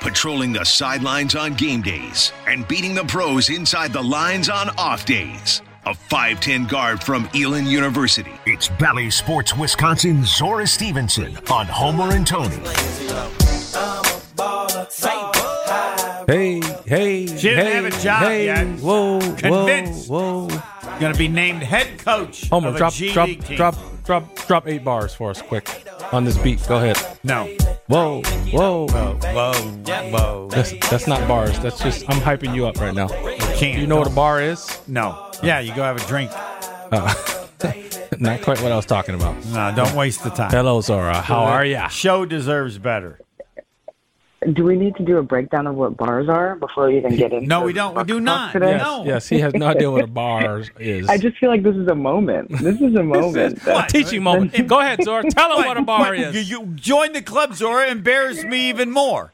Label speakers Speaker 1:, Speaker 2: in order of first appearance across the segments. Speaker 1: patrolling the sidelines on game days and beating the pros inside the lines on off days. A 5'10 guard from Elon University.
Speaker 2: It's Valley Sports Wisconsin Zora Stevenson on Homer and Tony.
Speaker 3: Hey, hey,
Speaker 4: She didn't
Speaker 3: hey,
Speaker 4: have a job
Speaker 3: hey,
Speaker 4: yet.
Speaker 3: Whoa,
Speaker 4: Convinced.
Speaker 3: whoa, whoa.
Speaker 4: Going to be named head coach.
Speaker 3: Homer,
Speaker 4: of a
Speaker 3: drop,
Speaker 4: G
Speaker 3: drop,
Speaker 4: League team.
Speaker 3: drop, drop, drop eight bars for us, quick, on this beat. Go ahead.
Speaker 4: No.
Speaker 3: Whoa, whoa.
Speaker 4: Whoa, whoa, whoa.
Speaker 3: That's that's not bars. That's just I'm hyping you up right now.
Speaker 4: Can't.
Speaker 3: Do you know what a bar is? Uh,
Speaker 4: No. Yeah, you go have a drink.
Speaker 3: Not quite what I was talking about.
Speaker 4: No, don't waste the time.
Speaker 3: Hello, Zora. How are ya?
Speaker 4: Show deserves better.
Speaker 5: Do we need to do a breakdown of what bars are before we even get into?
Speaker 4: No, we don't. We do
Speaker 5: Buck
Speaker 4: not.
Speaker 5: Talk Today?
Speaker 3: Yes,
Speaker 4: No.
Speaker 3: yes. He has no idea what a bar is.
Speaker 5: I just feel like this is a moment. This is a moment.
Speaker 3: a teaching moment. Go ahead, Zora. Tell him what a bar
Speaker 4: What?
Speaker 3: is.
Speaker 4: You, you join the club, Zora. Embarrass me even more.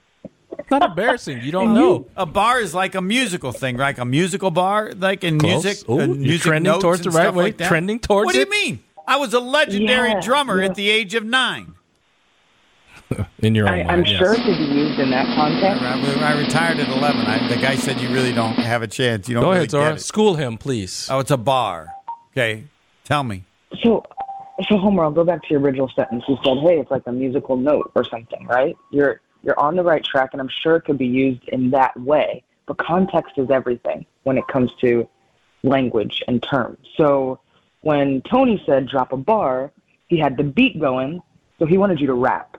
Speaker 3: It's not embarrassing. You don't know.
Speaker 4: A bar is like a musical thing, like a musical bar, like in
Speaker 3: Close.
Speaker 4: music.
Speaker 3: Ooh,
Speaker 4: uh,
Speaker 3: you're
Speaker 4: music
Speaker 3: trending
Speaker 4: notes
Speaker 3: towards
Speaker 4: and
Speaker 3: the right
Speaker 4: stuff
Speaker 3: way,
Speaker 4: like that.
Speaker 3: trending towards
Speaker 4: What do you
Speaker 3: it.
Speaker 4: mean? I was a legendary
Speaker 5: Yeah,
Speaker 4: drummer
Speaker 5: yeah.
Speaker 4: at the age of nine.
Speaker 3: In your own
Speaker 5: I,
Speaker 3: mind,
Speaker 5: I'm
Speaker 3: yes.
Speaker 5: sure it could be used in that context.
Speaker 4: I, I retired at eleven. I, the guy said, "You really don't have a chance. You don't
Speaker 3: Go
Speaker 4: really
Speaker 3: ahead, Zora.
Speaker 4: get it."
Speaker 3: School him, please.
Speaker 4: Oh, it's a bar. Okay, tell me.
Speaker 5: So, so Homer, I'll go back to your original sentence. You said, "Hey, it's like a musical note or something," right? You're you're on the right track, and I'm sure it could be used in that way. But context is everything when it comes to language and terms. So, when Tony said "drop a bar," he had the beat going, so he wanted you to rap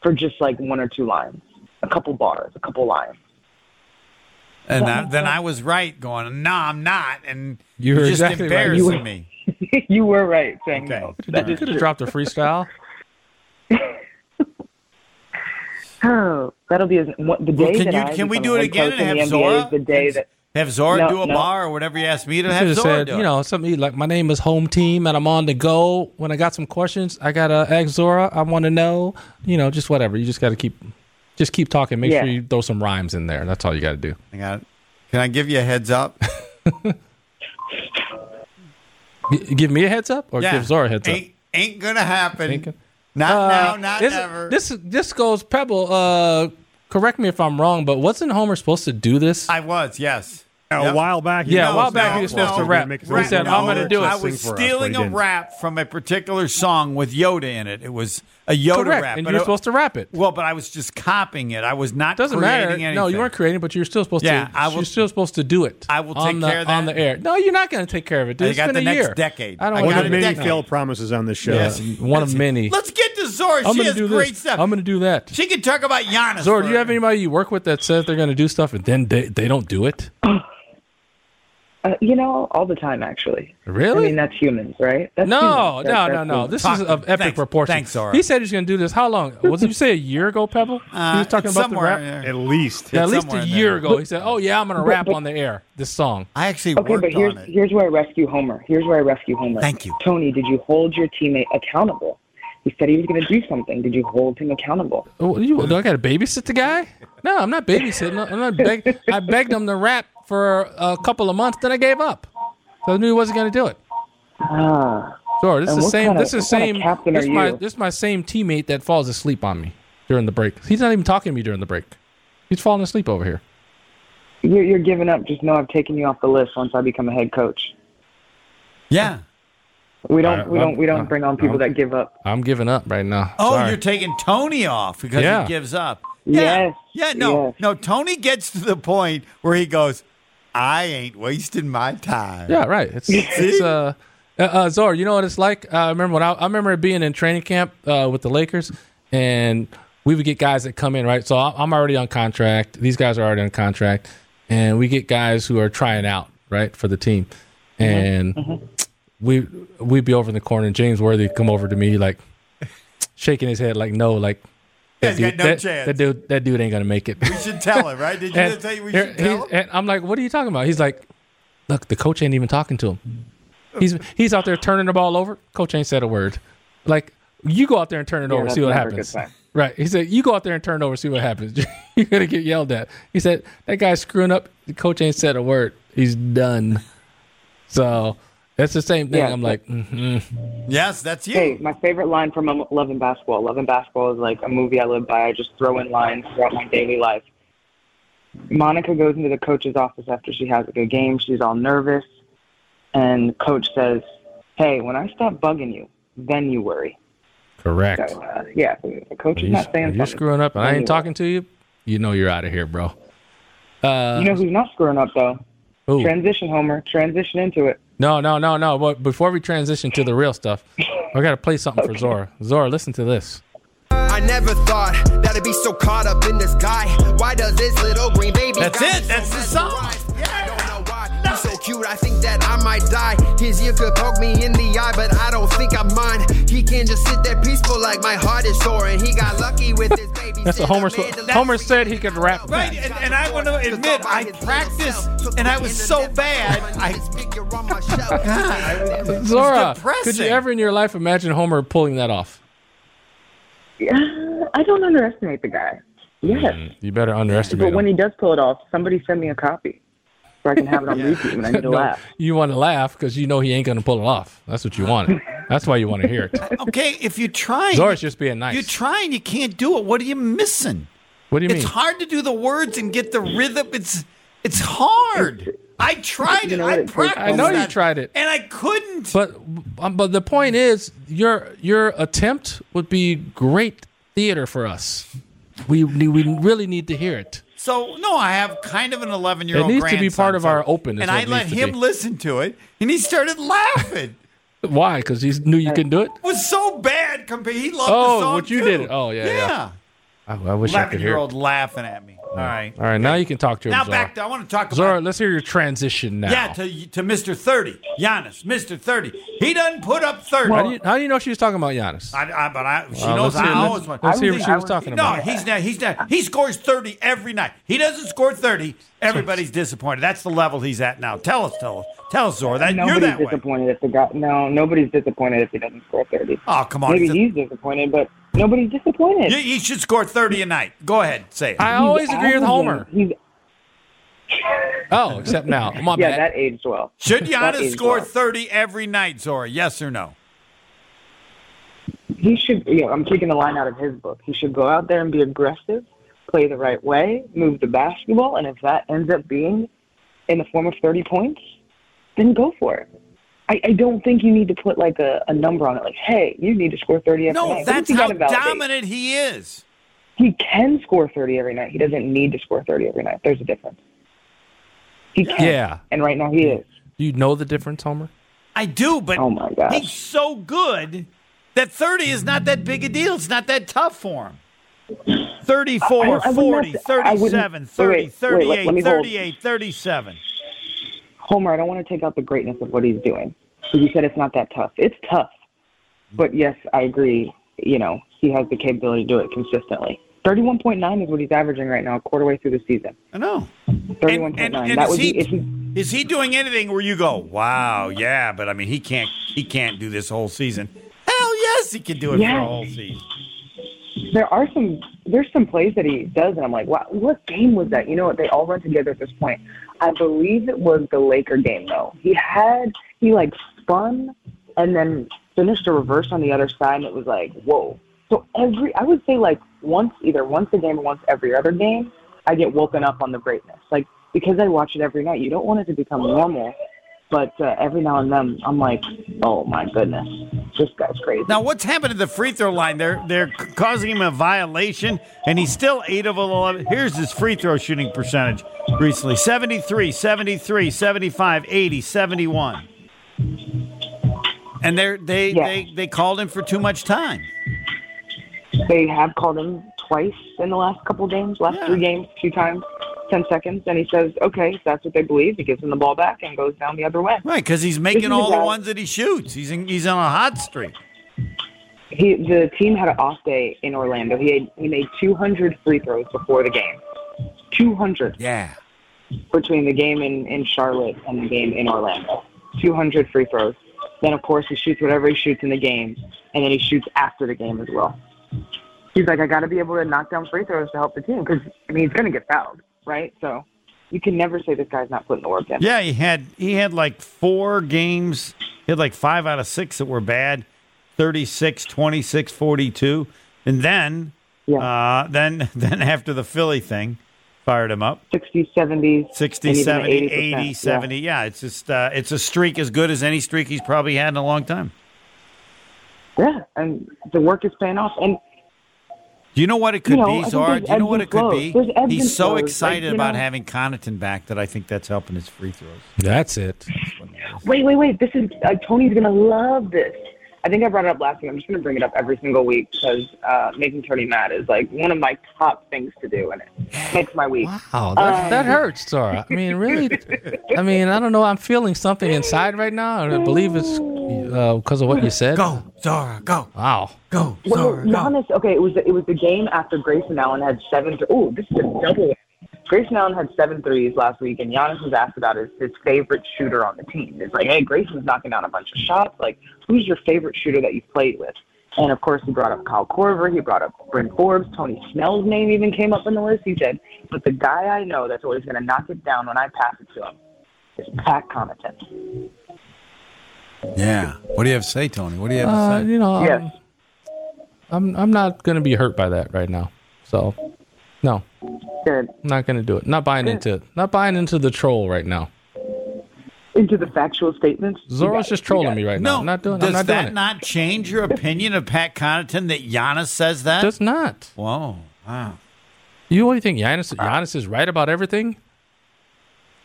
Speaker 5: for just like one or two lines, a couple bars, a couple lines.
Speaker 4: And I, then I was right, going, "No, I'm not." And
Speaker 3: You
Speaker 4: you're
Speaker 3: were
Speaker 4: just
Speaker 3: exactly right.
Speaker 4: embarrassing
Speaker 3: You
Speaker 4: me.
Speaker 5: you were right saying
Speaker 4: Okay.
Speaker 5: no.
Speaker 3: You could have dropped a freestyle.
Speaker 5: Oh, that'll be his, what, the day
Speaker 4: Well, can
Speaker 5: that
Speaker 4: you-
Speaker 5: I
Speaker 4: can we
Speaker 5: become
Speaker 4: do it
Speaker 5: a head
Speaker 4: again
Speaker 5: coach
Speaker 4: and
Speaker 5: in
Speaker 4: have
Speaker 5: the NBA
Speaker 4: Zora?
Speaker 5: is the day that
Speaker 4: Have Zora
Speaker 5: No,
Speaker 4: do a
Speaker 5: no.
Speaker 4: bar or whatever you asked me to
Speaker 3: You
Speaker 4: have
Speaker 3: should have
Speaker 4: Zora
Speaker 3: said,
Speaker 4: do.
Speaker 3: you know, something like, my name is Home Team and I'm on the go. When I got some questions, I got to ask Zora. I want to know, you know, just whatever. You just got to keep, just keep talking. Make
Speaker 5: Yeah.
Speaker 3: sure you throw some rhymes in there. That's all you got to do.
Speaker 4: I got it. Can I give you a heads up?
Speaker 3: G- give me a heads up or give Zora a heads up?
Speaker 4: Ain't, ain't gonna happen.
Speaker 3: Ain't gonna-
Speaker 4: not
Speaker 3: Uh,
Speaker 4: now, not
Speaker 3: this,
Speaker 4: ever.
Speaker 3: This, this goes, Pebble, uh, correct me if I'm wrong, but wasn't Homer supposed to do this?
Speaker 4: I was, yes.
Speaker 6: A
Speaker 4: Yep.
Speaker 6: while back, he
Speaker 3: Yeah, a
Speaker 6: was
Speaker 3: while
Speaker 6: supposed
Speaker 3: back
Speaker 6: to-
Speaker 3: he was supposed to rap.
Speaker 6: make it
Speaker 3: He
Speaker 6: sound
Speaker 3: said,
Speaker 6: like
Speaker 3: "I'm
Speaker 6: he
Speaker 3: gonna
Speaker 6: was
Speaker 3: do it."
Speaker 4: I
Speaker 6: sing
Speaker 4: was
Speaker 6: for us," but he
Speaker 4: stealing a
Speaker 6: didn't.
Speaker 4: rap from a particular song with Yoda in it. It was a Yoda
Speaker 3: Correct.
Speaker 4: rap.
Speaker 3: and
Speaker 4: but
Speaker 3: you're
Speaker 4: I-
Speaker 3: supposed to rap it.
Speaker 4: Well, but I was just copying it. I was not
Speaker 3: Doesn't
Speaker 4: creating
Speaker 3: matter.
Speaker 4: anything.
Speaker 3: No, you weren't creating, but you're still supposed
Speaker 4: Yeah,
Speaker 3: to.
Speaker 4: I will-
Speaker 3: you're still supposed to do it.
Speaker 4: I will
Speaker 3: on
Speaker 4: take
Speaker 3: the,
Speaker 4: care of
Speaker 3: on
Speaker 4: that.
Speaker 3: the air. No, you're not going to take care of it. Dude.
Speaker 4: I
Speaker 3: It's
Speaker 4: got
Speaker 3: been
Speaker 4: the
Speaker 3: a
Speaker 4: next
Speaker 3: year.
Speaker 4: decade.
Speaker 3: I don't
Speaker 4: I
Speaker 6: One
Speaker 3: want
Speaker 4: got
Speaker 6: of
Speaker 3: to
Speaker 4: a
Speaker 6: many
Speaker 4: decade.
Speaker 6: failed promises on this show.
Speaker 3: Yes. One of many.
Speaker 4: Let's get to Zora.
Speaker 3: I'm
Speaker 4: she
Speaker 3: gonna
Speaker 4: has
Speaker 3: do
Speaker 4: great
Speaker 3: this.
Speaker 4: stuff.
Speaker 3: I'm going to do that.
Speaker 4: she can talk about Giannis.
Speaker 3: Zora, do you
Speaker 4: for-
Speaker 3: have anybody you work with that says they're going to do stuff and then they, they don't do it?
Speaker 5: Uh, you know, all the time, actually.
Speaker 3: Really?
Speaker 5: I mean, that's humans, right? That's
Speaker 3: no,
Speaker 5: humans.
Speaker 3: no,
Speaker 5: That- that's
Speaker 3: no, no.
Speaker 5: humans.
Speaker 3: This
Speaker 4: Talk
Speaker 3: is
Speaker 4: to
Speaker 3: of
Speaker 4: him.
Speaker 3: epic
Speaker 4: Thanks.
Speaker 3: proportion.
Speaker 4: Thanks, Zora.
Speaker 3: He said he was going to do this. How long? Was you say a year ago, Pebble?
Speaker 4: Uh,
Speaker 3: he was talking
Speaker 4: it's
Speaker 3: about the
Speaker 4: somewhere
Speaker 3: rap.
Speaker 4: in there.
Speaker 6: At least.
Speaker 3: Yeah, at least
Speaker 4: somewhere
Speaker 3: a
Speaker 4: in
Speaker 3: year
Speaker 4: there.
Speaker 3: ago, he said, "Oh yeah, I'm going to rap
Speaker 5: but-
Speaker 3: on the air this song."
Speaker 4: I actually
Speaker 5: Okay,
Speaker 4: worked
Speaker 5: but here's
Speaker 4: on it.
Speaker 5: here's where I rescue Homer. Here's where I rescue Homer.
Speaker 4: Thank you.
Speaker 5: Tony, did you hold your teammate accountable? He said he was going to do something. Did you hold him accountable?
Speaker 3: Oh, what do you- do I got to babysit the guy? No, I'm not babysitting. I'm not beg- I begged him to rap for a couple of months, then I gave up. So I knew he wasn't going to do it.
Speaker 5: Ah,
Speaker 3: Sure, this is
Speaker 5: And
Speaker 3: the
Speaker 5: what
Speaker 3: same.
Speaker 5: kind of-
Speaker 3: this is
Speaker 5: what kind of
Speaker 3: same.
Speaker 5: captain
Speaker 3: this
Speaker 5: are
Speaker 3: my
Speaker 5: you?
Speaker 3: this my same teammate that falls asleep on me during the break. He's not even talking to me during the break. He's falling asleep over here.
Speaker 5: you're, you're giving up. Just know I've taken you off the list once I become a head coach.
Speaker 4: Yeah.
Speaker 5: We don't
Speaker 3: All right,
Speaker 5: we
Speaker 3: well,
Speaker 5: don't we don't
Speaker 3: uh,
Speaker 5: bring on people that give up.
Speaker 3: I'm giving up right now.
Speaker 4: Oh,
Speaker 3: Sorry.
Speaker 4: you're taking Tony off because
Speaker 3: Yeah.
Speaker 4: he gives up.
Speaker 5: Yes,
Speaker 4: Yeah. Yeah. No.
Speaker 5: yes.
Speaker 4: No. Tony gets to the point where he goes, "I ain't wasting my time."
Speaker 3: Yeah, right. It's, it's uh, uh, uh, Zor. You know what it's like. Uh, I remember when I, I remember being in training camp uh, with the Lakers, and we would get guys that come in right. So I- I'm already on contract. These guys are already on contract, and we get guys who are trying out right for the team,
Speaker 4: Mm-hmm.
Speaker 3: and we we'd be over in the corner, and James Worthy would come over to me like shaking his head like no, like.
Speaker 4: He's got no
Speaker 3: that,
Speaker 4: chance.
Speaker 3: that dude, that dude ain't gonna make it.
Speaker 4: We should tell him, right? Did you
Speaker 3: And,
Speaker 4: just tell you we
Speaker 3: here-
Speaker 4: should
Speaker 3: he's-
Speaker 4: tell him?
Speaker 3: and I'm like, what are you talking about? He's like, look, the coach ain't even talking to him. He's he's out there turning the ball over. Coach ain't said a word. Like you go out there and turn it over,
Speaker 5: that's
Speaker 3: see what
Speaker 5: never a good
Speaker 3: happens.
Speaker 5: sign.
Speaker 3: Right? He said, you go out there and turn it over, see what happens. You're gonna get yelled at. He said that guy's screwing up. The coach ain't said a word. He's done. So that's the same thing.
Speaker 5: Yeah,
Speaker 3: I'm
Speaker 5: but-
Speaker 3: like, mm-hmm.
Speaker 4: Yes, that's you.
Speaker 5: Hey, my favorite line from um, Love and Basketball. Love and Basketball is like a movie I live by. I just throw in lines throughout my daily life. Monica goes into the coach's office after she has a good game. She's all nervous. And coach says, Hey, when I stop bugging you, then you worry.
Speaker 3: Correct.
Speaker 5: So, uh, yeah, the
Speaker 3: When
Speaker 5: coach is
Speaker 3: you-
Speaker 5: not saying
Speaker 3: when you're
Speaker 5: something.
Speaker 3: screwing up and I
Speaker 5: Then
Speaker 3: ain't
Speaker 5: you worry.
Speaker 3: talking to you, you know you're out of here, bro.
Speaker 5: You know who's not screwing up, though?
Speaker 3: Ooh.
Speaker 5: Transition, Homer. Transition into it.
Speaker 3: No, no, no, no. But before we transition to the real stuff, I got to play something for Zora. Zora, listen to this.
Speaker 6: I never thought that I'd be so caught up in this guy. Why does this little green baby?
Speaker 4: That's
Speaker 6: got me
Speaker 4: it. That's the song.
Speaker 6: mesmerized? I don't know why. He's so cute. I think that I might die. His ear could poke me in the eye, but I don't think I'm mine. He can just sit there peaceful like my heart is sore, and he got lucky with his baby.
Speaker 3: That's what Homer said. Homer said he could rap
Speaker 4: Right, and, and I want to admit, I practiced, and I was so bad. I, God, I-
Speaker 3: Zora,
Speaker 4: depressing.
Speaker 3: could you ever in your life imagine Homer pulling that off?
Speaker 5: Yeah, I don't underestimate the guy. Yes.
Speaker 3: You better Mm-hmm. underestimate
Speaker 5: But when
Speaker 3: him.
Speaker 5: he does pull it off, somebody send me a copy so I can have it on repeat when I need to
Speaker 3: No,
Speaker 5: laugh.
Speaker 3: you want to laugh because you know he ain't going to pull it off. That's what you want. That's why you want to hear it.
Speaker 4: okay, if you try,
Speaker 3: Zora's just being nice.
Speaker 4: You try and you can't do it. What are you missing?
Speaker 3: What do you
Speaker 4: It's
Speaker 3: mean?
Speaker 4: hard to do the words and get the rhythm. It's it's hard. I tried it.
Speaker 5: know what
Speaker 4: I
Speaker 5: it takes,
Speaker 4: practiced.
Speaker 3: I know you
Speaker 4: that,
Speaker 3: tried it.
Speaker 4: and I couldn't.
Speaker 3: But um, but the point is, your your attempt would be great theater for us. We we really need to hear it.
Speaker 4: So no, I have kind of an eleven-year-old.
Speaker 3: It needs to be
Speaker 4: grandson,
Speaker 3: part of
Speaker 4: so-
Speaker 3: our open, is
Speaker 4: And
Speaker 3: what
Speaker 4: I
Speaker 3: it
Speaker 4: let
Speaker 3: needs to
Speaker 4: him
Speaker 3: be.
Speaker 4: listen to it, and he started laughing.
Speaker 3: Why? Because he knew you could do it.
Speaker 4: It was so bad compared. He loved
Speaker 3: Oh,
Speaker 4: the song
Speaker 3: what you
Speaker 4: too.
Speaker 3: did it. Oh, yeah, yeah. I, I wish I could hear. It.
Speaker 4: Eleven-year-old laughing at me. All right.
Speaker 3: All right, now you can talk to him.
Speaker 4: Now
Speaker 3: Zora.
Speaker 4: back to I want to talk about
Speaker 3: Zora, let's hear your transition now.
Speaker 4: yeah to to Mr. Thirty Giannis. Mr. Thirty. He doesn't put up thirty.
Speaker 3: how, do you, how do you know she was talking about Giannis?
Speaker 4: I, I, but I, she
Speaker 3: Well,
Speaker 4: knows
Speaker 3: let's hear-
Speaker 4: I
Speaker 3: let's-
Speaker 4: always want.
Speaker 3: let's hear
Speaker 4: I
Speaker 3: what
Speaker 4: think-
Speaker 3: she was talking about.
Speaker 4: No, he's not. He's not. He scores thirty every night. He doesn't score thirty. Everybody's disappointed. That's the level he's at now. Tell us, tell us, tell us, Zora. That you're
Speaker 5: Nobody's
Speaker 4: that way.
Speaker 5: disappointed if the guy. No, nobody's disappointed if he doesn't score thirty.
Speaker 4: Oh, come on.
Speaker 5: Maybe
Speaker 4: He's a-
Speaker 5: he's disappointed, but nobody's disappointed.
Speaker 4: You, you should score thirty a night. Go ahead, say it.
Speaker 3: I
Speaker 5: He's
Speaker 3: always agree with
Speaker 5: averaging-
Speaker 3: Homer.
Speaker 5: He's,
Speaker 3: Oh, except now. My
Speaker 5: yeah,
Speaker 3: bad.
Speaker 5: that aged well.
Speaker 4: should
Speaker 5: That
Speaker 4: Giannis
Speaker 5: aged
Speaker 4: score
Speaker 5: well.
Speaker 4: thirty every night, Zora? Yes or no?
Speaker 5: He should. You know, I'm taking the line out of his book. He should go out there and be aggressive, play the right way, move the basketball, and if that ends up being in the form of 30 points, then go for it. I, I don't think you need to put like a, a number on it. Like, hey, you need to score 30 every night.
Speaker 4: No,
Speaker 5: What
Speaker 4: that's
Speaker 5: if you
Speaker 4: how
Speaker 5: gotta validate?
Speaker 4: dominant he is.
Speaker 5: He can score 30 every night. He doesn't need to score 30 every night. There's a difference. He can.
Speaker 3: Yeah.
Speaker 5: And right now he is.
Speaker 3: Do you know the difference, Homer?
Speaker 4: I do, but
Speaker 5: Oh, my gosh.
Speaker 4: he's so good that 30 is not that big a deal. It's not that tough for him. 34,
Speaker 5: I don't- I wouldn't
Speaker 4: 40,
Speaker 5: have to- I wouldn't-
Speaker 4: 37,
Speaker 5: wait,
Speaker 4: 30, 38,
Speaker 5: wait, wait, let- let me hold.
Speaker 4: 38, 37.
Speaker 5: Homer, I don't want to take out the greatness of what he's doing. Because you said it's not that tough. It's tough. But yes, I agree. You know, he has the capability to do it consistently. 31.9 is what he's averaging right now, a quarter way through the season.
Speaker 4: I know.
Speaker 5: 31.9. that
Speaker 4: is,
Speaker 5: would be if
Speaker 4: he,
Speaker 5: he,
Speaker 4: is he doing anything where you go, wow, yeah, but I mean, he can't he can't do this whole season. Hell yes, he can do it for
Speaker 5: Yes.
Speaker 4: a whole season.
Speaker 5: there are some there's some plays that he does and I'm like, wow, what game was that? You know what? They all run together at this point. I believe it was the Laker game though. He had he like spun and then finished a reverse on the other side and it was like, whoa. So every I would say like once either once a game or once every other game, I get woken up on the greatness. Like because I watch it every night, you don't want it to become normal. But uh, every now and then, I'm like, oh my goodness, this guy's crazy.
Speaker 4: Now, what's happened to the free throw line? They're they're c- causing him a violation, and he's still 8 of 11. Here's his free throw shooting percentage recently 73, 73, 75, 80, 71. And they're, they,
Speaker 5: Yeah.
Speaker 4: they, they called him for too much time.
Speaker 5: They have called him twice in the last couple games, last
Speaker 4: Yeah.
Speaker 5: three games, two times, 10 seconds. And he says, okay, if that's what they believe. He gives him the ball back and goes down the other way.
Speaker 4: Right, because he's making
Speaker 5: This is
Speaker 4: all the
Speaker 5: about-
Speaker 4: ones that he shoots. He's, in, he's on a hot streak.
Speaker 5: He, the team had an off day in Orlando. He, had, he made 200 free throws before the game. 200
Speaker 4: Yeah.
Speaker 5: between the game in, in Charlotte and the game in Orlando. 200 free throws. Then, of course, he shoots whatever he shoots in the game, and then he shoots after the game as well. He's like, I got to be able to knock down free throws to help the team because, I mean, he's going to get fouled, right? So you can never say this guy's not putting the work in.
Speaker 4: Yeah, he had he had like four games. He had like five out of six that were bad 36, 26, 42. And then
Speaker 5: Yeah.
Speaker 4: Uh, then then after the Philly thing, Fired him up.
Speaker 5: 60s, 70s,
Speaker 4: 60,
Speaker 5: and even
Speaker 4: 70, 80,
Speaker 5: 80%, yeah.
Speaker 4: 70. Yeah, it's just uh, it's a streak as good as any streak he's probably had in a long time.
Speaker 5: Yeah, and the work is paying off. And
Speaker 4: Do you know what it could
Speaker 5: You know, I
Speaker 4: be,
Speaker 5: think
Speaker 4: Zara?
Speaker 5: there's
Speaker 4: Do you know
Speaker 5: ebbs
Speaker 4: what
Speaker 5: and
Speaker 4: it could
Speaker 5: flows.
Speaker 4: be?
Speaker 5: There's ebbs and
Speaker 4: He's so
Speaker 5: flows, like,
Speaker 4: excited
Speaker 5: you know-
Speaker 4: about having Connaughton back that I think that's helping his free throws.
Speaker 3: That's it.
Speaker 5: wait, wait, wait. This is uh, Tony's gonna love this. I think I brought it up last week. I'm just gonna bring it up every single week because uh, making Tony mad is like one of my top things to do, and it makes my week.
Speaker 3: Wow,
Speaker 5: Uh,
Speaker 3: that, that hurts, Zara. I mean, really. I mean, I don't know. I'm feeling something inside right now. and I believe it's because of what you said.
Speaker 7: Go, Zara, go,
Speaker 3: Wow.
Speaker 7: go,
Speaker 5: Well,
Speaker 7: Zara, go.
Speaker 5: Giannis. Okay, it was the, it was the game after Grayson Allen had seven. Th- oh, this is a double. Grayson Allen had seven threes last week, and Giannis was asked about his, his favorite shooter on the team. It's like, hey, Grayson's knocking down a bunch of shots. Like, who's your favorite shooter that you've played with? And of course, he brought up Kyle Corver. He brought up Bryn Forbes. Tony Snell's name even came up in the list. He said, but the guy I know that's always going to knock it down when I pass it to him is Pat Connaughton.
Speaker 7: Yeah. What do you have to say, Tony? What do you have to
Speaker 3: Uh,
Speaker 7: say?
Speaker 3: you know,
Speaker 5: Yes.
Speaker 3: I'm, I'm I'm not gonna be hurt by that right now. So, no,
Speaker 5: Good.
Speaker 3: I'm not gonna do it. Not buying into it. Not buying into the troll right now.
Speaker 5: Into the factual statements. You got
Speaker 3: Zoro's
Speaker 5: it.
Speaker 3: just
Speaker 5: You
Speaker 3: trolling
Speaker 5: got
Speaker 3: me
Speaker 5: it.
Speaker 3: right now.
Speaker 4: No,
Speaker 3: I'm not doing.
Speaker 4: does
Speaker 3: I'm not
Speaker 4: that
Speaker 3: doing it.
Speaker 4: not change your opinion of Pat Connaughton that Giannis says that?
Speaker 3: Does not.
Speaker 4: Whoa, wow.
Speaker 3: You only think Giannis, Giannis is right about everything?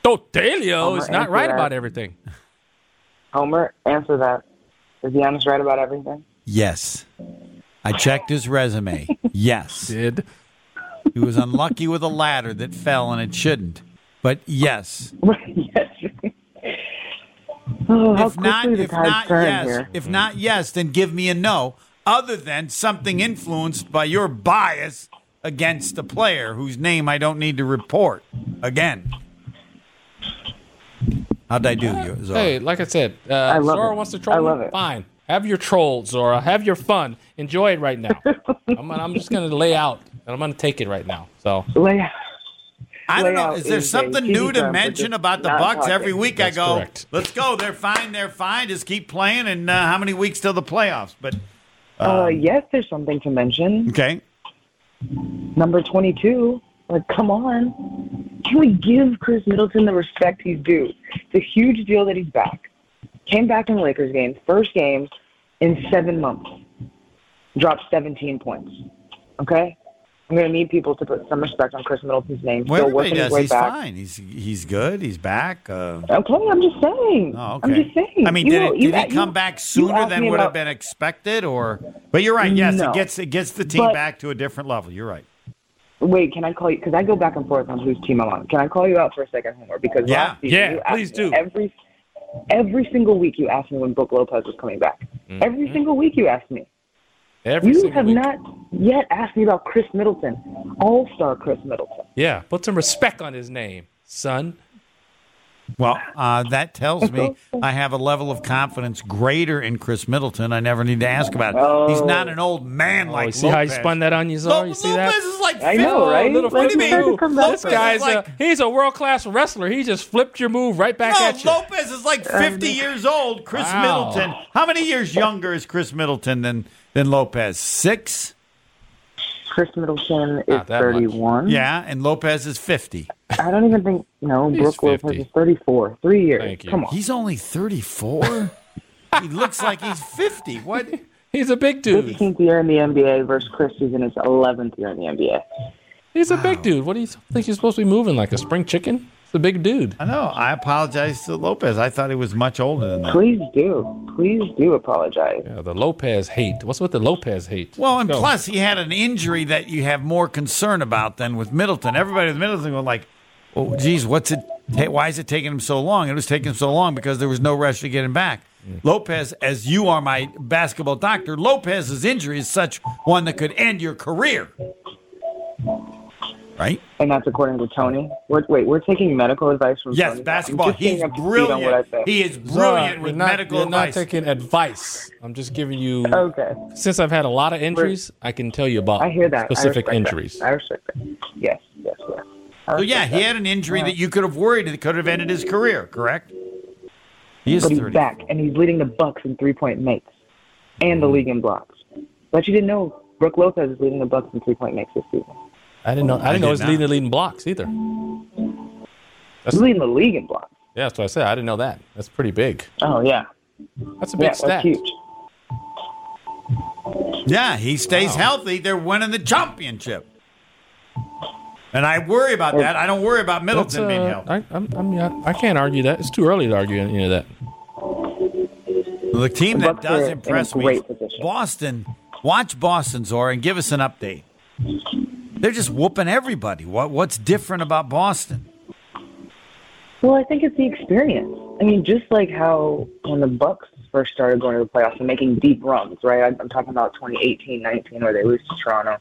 Speaker 3: Dotelio is not
Speaker 5: Homer, answer
Speaker 3: right
Speaker 5: that.
Speaker 3: about everything.
Speaker 5: Homer, answer that. Is Giannis right about everything?
Speaker 7: Yes.
Speaker 4: I checked his resume. Yes,
Speaker 3: Did
Speaker 4: he was unlucky with a ladder that fell and it shouldn't. But yes,
Speaker 5: yes. oh, how
Speaker 4: if
Speaker 5: quickly
Speaker 4: not,
Speaker 5: the
Speaker 4: if
Speaker 5: tides
Speaker 4: not,
Speaker 5: turn
Speaker 4: yes.
Speaker 5: here.
Speaker 4: If not, yes, then give me a no. Other than something influenced by your bias against a player whose name I don't need to report again. How'd I do, you? Zara?
Speaker 3: hey, like I said, uh,
Speaker 5: love
Speaker 3: Zora
Speaker 5: it.
Speaker 3: wants to
Speaker 5: I
Speaker 3: troll.
Speaker 5: love
Speaker 3: me?
Speaker 5: it.
Speaker 3: Fine, have your troll, Zora. Have your fun. Enjoy it right now. I'm, I'm just gonna lay out and I'm gonna take it right now. So
Speaker 5: Leia,
Speaker 4: I don't know.
Speaker 5: layout
Speaker 4: Is there
Speaker 5: is a
Speaker 4: something
Speaker 5: TV
Speaker 4: new to
Speaker 5: program for
Speaker 4: mention
Speaker 5: just
Speaker 4: about the
Speaker 5: not
Speaker 4: Bucks?
Speaker 5: talking.
Speaker 4: Every week
Speaker 3: That's
Speaker 4: I go,
Speaker 3: correct.
Speaker 4: let's go. They're fine. They're fine. Just keep playing. And uh, how many weeks till the playoffs? But
Speaker 5: uh,
Speaker 4: Um,
Speaker 5: yes, there's something to mention.
Speaker 4: okay,
Speaker 5: Number 22. Like, come on. Can we give Chris Middleton the respect he's due? It's a huge deal that he's back. Came back in the Lakers game, first game in seven months. Dropped 17 points. Okay? I'm going to need people to put some respect on Chris Middleton's name.
Speaker 4: well,
Speaker 5: Still
Speaker 4: everybody
Speaker 5: working his
Speaker 4: does.
Speaker 5: way
Speaker 4: He's
Speaker 5: back.
Speaker 4: fine. He's he's good. He's back. Uh,
Speaker 5: Okay, I'm just saying.
Speaker 4: oh, okay.
Speaker 5: I'm just saying.
Speaker 4: I mean,
Speaker 5: You-
Speaker 4: did, it,
Speaker 5: you-
Speaker 4: did he
Speaker 5: you-
Speaker 4: come back
Speaker 5: you
Speaker 4: sooner
Speaker 5: asked
Speaker 4: than
Speaker 5: me
Speaker 4: would have
Speaker 5: about-
Speaker 4: been expected? Or but you're right. Yes,
Speaker 5: No.
Speaker 4: it gets it gets the team
Speaker 5: But-
Speaker 4: back to a different level. You're right.
Speaker 5: Wait, can I call you? Because I go back and forth on whose team I'm on. Can I call you out for a second, Homer? Because
Speaker 4: Yeah.
Speaker 5: last season
Speaker 3: Yeah,
Speaker 5: you asked
Speaker 3: please
Speaker 5: me
Speaker 3: do.
Speaker 5: Every every single week you asked me when Brooke Lopez was coming back. Every single week you asked me.
Speaker 3: Mm-hmm. every
Speaker 5: You
Speaker 3: single
Speaker 5: have
Speaker 3: week.
Speaker 5: not yet asked me about Chris Middleton, All Star Chris Middleton.
Speaker 3: Yeah, put some respect on his name, son.
Speaker 4: Well, uh, that tells me I have a level of confidence greater in Chris Middleton. I never need to ask about it.
Speaker 5: Oh.
Speaker 4: He's not an old man
Speaker 3: Oh,
Speaker 4: like
Speaker 3: you see how he
Speaker 4: Lopez.
Speaker 3: spun that on you, Zora? You see that?
Speaker 4: Lopez is like
Speaker 5: I know,
Speaker 4: fifth.
Speaker 5: right?
Speaker 3: Oh, Little
Speaker 5: Like,
Speaker 3: flip
Speaker 5: he had to
Speaker 3: move.
Speaker 5: come back
Speaker 3: This
Speaker 5: for
Speaker 3: guy's
Speaker 4: it. Like-
Speaker 3: a, he's a world class wrestler. He just flipped your move right back
Speaker 4: No,
Speaker 3: at you.
Speaker 4: Lopez is like
Speaker 5: Um,
Speaker 4: 50 years old. Chris
Speaker 3: Wow.
Speaker 4: Middleton. How many years younger is Chris Middleton than than Lopez? Six.
Speaker 5: Chris Middleton is
Speaker 3: Not that much.
Speaker 5: 31.
Speaker 4: Yeah, and Lopez is 50.
Speaker 5: I don't even think no. Brooke Lopez
Speaker 3: 50.
Speaker 5: is 34. Three years.
Speaker 3: Thank you.
Speaker 5: Come on.
Speaker 4: He's only 34. he looks like he's 50. What?
Speaker 3: He's a big dude.
Speaker 5: 15th year in the NBA versus Chris is in his 11th year in the NBA.
Speaker 3: He's a big dude. What do you think you're supposed to be moving like a spring chicken? He's a big dude.
Speaker 4: I know. I apologize to Lopez. I thought he was much older than that.
Speaker 5: Please do. Please do apologize.
Speaker 3: Yeah, the Lopez hate. What's with the Lopez hate?
Speaker 4: Well, and
Speaker 3: Go.
Speaker 4: plus he had an injury that you have more concern about than with Middleton. Everybody with Middleton was like, "Oh, geez, what's it? ta- Why is it taking him so long?" It was taking him so long because there was no rush to get him back. Lopez, as you are my basketball doctor, Lopez's injury is such one that could end your career. Right?
Speaker 5: And that's according to Tony. We're, wait, we're taking medical advice from
Speaker 4: Yes,
Speaker 5: Tony.
Speaker 4: basketball.
Speaker 5: I'm just getting
Speaker 4: He's
Speaker 5: up to speed On what I
Speaker 4: brilliant.
Speaker 5: said.
Speaker 4: He is
Speaker 3: Zara,
Speaker 4: brilliant
Speaker 3: you're
Speaker 4: with
Speaker 3: not,
Speaker 4: medical
Speaker 3: you're
Speaker 4: advice.
Speaker 3: not taking advice. I'm just giving you.
Speaker 5: okay.
Speaker 3: Since I've had a lot of injuries, I can tell you about
Speaker 5: I hear that. I
Speaker 3: specific
Speaker 5: respect
Speaker 3: injuries.
Speaker 5: That. I respect that. Yes, yes, yes. I
Speaker 4: so
Speaker 5: respect
Speaker 4: yeah, he
Speaker 5: that.
Speaker 4: had an injury that you could have worried that could have ended his career. Correct? He is
Speaker 5: But he's
Speaker 4: thirty.
Speaker 5: back, and he's leading the Bucks in three-point makes and the league in blocks. But you didn't know Brooke Lopez is leading the Bucks in three-point makes this season.
Speaker 3: I didn't know. I didn't
Speaker 4: I
Speaker 3: know
Speaker 4: did
Speaker 3: he was
Speaker 4: not.
Speaker 3: leading the leading blocks either.
Speaker 5: He's leading the league in blocks.
Speaker 3: Yeah, that's what I said. I didn't know that. That's pretty big.
Speaker 5: Oh yeah,
Speaker 3: That's a big
Speaker 5: yeah,
Speaker 3: stat.
Speaker 5: that's huge.
Speaker 4: Yeah, he stays healthy. They're winning the championship. And I worry about that. I don't worry
Speaker 3: That's,
Speaker 4: about Middleton being
Speaker 3: uh,
Speaker 4: healthy.
Speaker 3: I, I'm, I'm, yeah, I can't argue that. It's too early to argue any of that.
Speaker 4: The team that
Speaker 5: Bucks are
Speaker 4: does
Speaker 5: in a
Speaker 4: impress me,
Speaker 5: great
Speaker 4: is
Speaker 5: position.
Speaker 4: Boston. Watch Boston, Zora, and give us an update. They're just whooping everybody. What What's different about Boston?
Speaker 5: Well, I think it's the experience. I mean, just like how when the Bucks first started going to the playoffs and making deep runs, right? I'm- I'm talking about 2018, 19, where they lose to Toronto,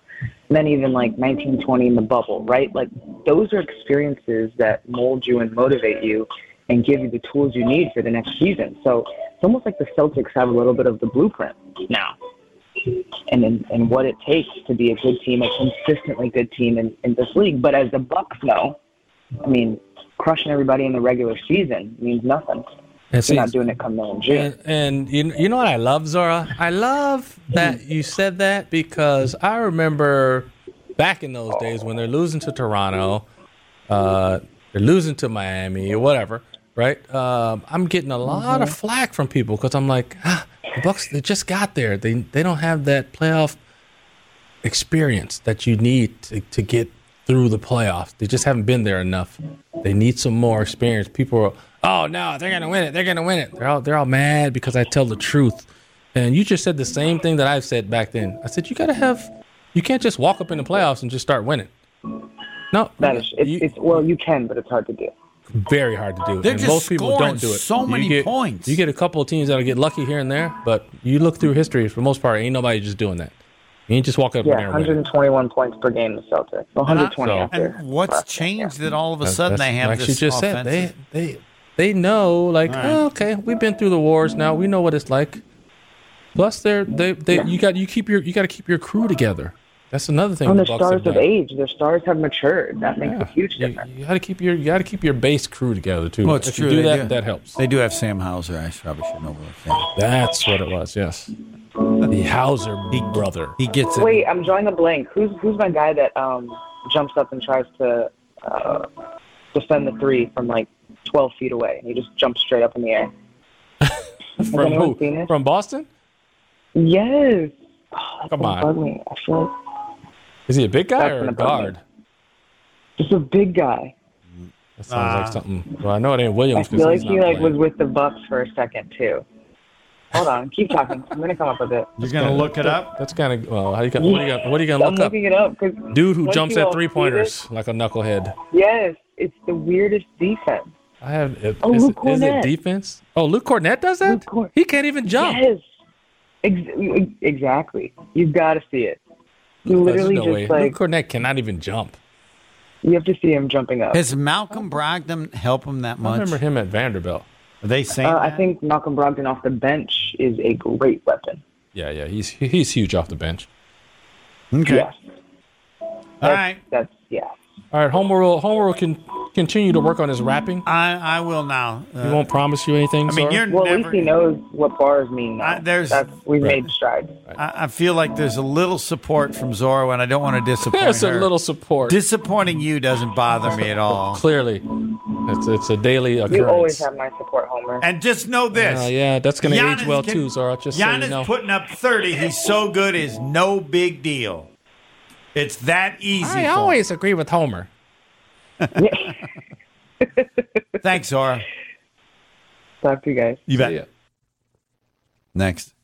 Speaker 5: and then even like 19, 20 in the bubble, right? Like those are experiences that mold you and motivate you, and give you the tools you need for the next season. So it's almost like the Celtics have a little bit of the blueprint now, and and, and what it takes to be a good team, a consistently good team in, in this league. But as the Bucks know, I mean, crushing everybody in the regular season means nothing.
Speaker 3: And see,
Speaker 5: You're not doing it come May and June.
Speaker 3: And, and you, you know what I love, Zara? I love that you said that because I remember back in those days when they're losing to Toronto, uh, they're losing to Miami or whatever, right? Um, I'm getting a lot of flack from people because I'm like, ah, the Bucks, they just got there. They they don't have that playoff experience that you need to, to get through the playoffs. They just haven't been there enough. They need some more experience. People are, oh no, they're gonna win it. They're gonna win it. They're all they're all mad because I tell the truth. And you just said the same thing that I've said back then. I said you gotta have, you can't just walk up in the playoffs and just start winning. No,
Speaker 5: that is, it's,
Speaker 3: you-
Speaker 5: it's well, you can, but it's hard to do.
Speaker 3: very hard to do.
Speaker 4: They're
Speaker 3: and
Speaker 4: just
Speaker 3: most people
Speaker 4: scoring
Speaker 3: don't do it.
Speaker 4: so many
Speaker 3: get,
Speaker 4: points.
Speaker 3: You get a couple of teams that'll get lucky here and there, but you look through history for the most part, ain't nobody just doing that. You ain't just walking up in
Speaker 5: Yeah,
Speaker 3: there and winning.
Speaker 5: 121 points per game, the Celtics. 120
Speaker 3: So-
Speaker 5: after.
Speaker 4: And what's
Speaker 5: last game,
Speaker 4: changed that all of a
Speaker 3: That's-
Speaker 4: sudden
Speaker 3: that's
Speaker 4: they have
Speaker 3: like
Speaker 4: this
Speaker 3: she just
Speaker 4: offensive?
Speaker 3: said they they they know like oh, okay we've been through the wars now we know what it's like plus they're they, they you got you keep your you got to keep your crew together that's another thing
Speaker 5: yeah. And
Speaker 3: the
Speaker 5: their
Speaker 3: Bucks have
Speaker 5: stars have
Speaker 3: done.
Speaker 5: age. Their stars have matured. That makes a huge
Speaker 3: you,
Speaker 5: difference.
Speaker 3: you got to keep your you got to keep your base crew together too
Speaker 7: Well, it's
Speaker 3: if
Speaker 7: true.
Speaker 3: you do
Speaker 7: they
Speaker 3: that that helps
Speaker 7: They do have Sam Hauser. I probably shouldn't overlook that.
Speaker 3: that's what it was yes the Hauser brother
Speaker 7: He gets it.
Speaker 5: Wait, I'm drawing a blank. Who's who's my guy that um jumps up and tries to uh, defend the three from like 12 feet away? He just jumps straight up in the air. Has
Speaker 3: from
Speaker 5: anyone
Speaker 3: who
Speaker 5: seen it?
Speaker 3: from Boston
Speaker 5: Yes. Oh, that's
Speaker 3: Come
Speaker 5: gonna
Speaker 3: on.
Speaker 5: bug me. I feel like
Speaker 3: is he a big guy
Speaker 5: That's
Speaker 3: or
Speaker 5: an
Speaker 3: a
Speaker 5: above
Speaker 3: guard
Speaker 5: just a big guy.
Speaker 3: that sounds like something well I know it ain't Williams
Speaker 5: I feel
Speaker 3: because
Speaker 5: like
Speaker 3: he's
Speaker 5: he
Speaker 3: not
Speaker 5: like was
Speaker 3: playing.
Speaker 5: with the Bucks for a second too. Hold on, keep talking. I'm gonna come up with it.
Speaker 4: You're going to look it up?
Speaker 3: that's kind of well how you got what are you gonna, what are you gonna
Speaker 5: I'm
Speaker 3: look up
Speaker 5: looking it up because
Speaker 3: Dude who jumps at three pointers like a knucklehead.
Speaker 5: Yes, it's the weirdest defense.
Speaker 3: I have. It,
Speaker 5: Oh,
Speaker 3: is,
Speaker 5: Luke
Speaker 3: it, is it
Speaker 5: Cornett.
Speaker 3: defense? Oh, Luke Cornett does that.
Speaker 5: Luke Cor-
Speaker 3: he can't even jump.
Speaker 5: Yes, Ex- ex- exactly. You've got to see it.
Speaker 3: There's
Speaker 5: You literally
Speaker 3: no
Speaker 5: just
Speaker 3: way. Luke
Speaker 5: like
Speaker 3: Cornett cannot even jump.
Speaker 5: you have to see him jumping up.
Speaker 7: Has Malcolm Brogdon help him that
Speaker 3: I
Speaker 7: much?
Speaker 3: remember him at Vanderbilt.
Speaker 4: Are they saying
Speaker 5: Uh, I
Speaker 4: that?
Speaker 5: think Malcolm Brogdon off the bench is a great weapon.
Speaker 3: Yeah, yeah, he's he's huge off the bench.
Speaker 7: Okay.
Speaker 5: Yes,
Speaker 4: All right.
Speaker 5: that's yeah.
Speaker 3: All right, Homer will Homer will con- continue to work on his rapping.
Speaker 4: I, I will now.
Speaker 3: He
Speaker 4: Uh,
Speaker 3: won't promise you anything.
Speaker 4: I mean,
Speaker 3: sir.
Speaker 4: you're
Speaker 5: Well, at least
Speaker 4: never.
Speaker 5: he knows what bars mean. Now.
Speaker 4: I- there's-
Speaker 5: that's, we've
Speaker 3: Right.
Speaker 5: made strides.
Speaker 4: I, I feel like there's a little support from Zora, and I don't want to disappoint
Speaker 3: there's a
Speaker 4: her.
Speaker 3: little support.
Speaker 4: Disappointing you doesn't bother me at all.
Speaker 3: Clearly, it's it's a daily occurrence.
Speaker 5: You always have my support, Homer.
Speaker 4: And just know this.
Speaker 3: Oh, yeah, that's gonna
Speaker 4: Giannis
Speaker 3: age well
Speaker 4: can-
Speaker 3: too, Zara. Just
Speaker 4: Giannis
Speaker 3: so you know.
Speaker 4: putting up 30. He's so good is no big deal. It's that easy.
Speaker 3: I
Speaker 4: for
Speaker 3: always agree with Homer.
Speaker 4: him. Thanks, Zora.
Speaker 5: Talk to you guys.
Speaker 4: You
Speaker 3: Yeah.
Speaker 4: bet.
Speaker 7: Next.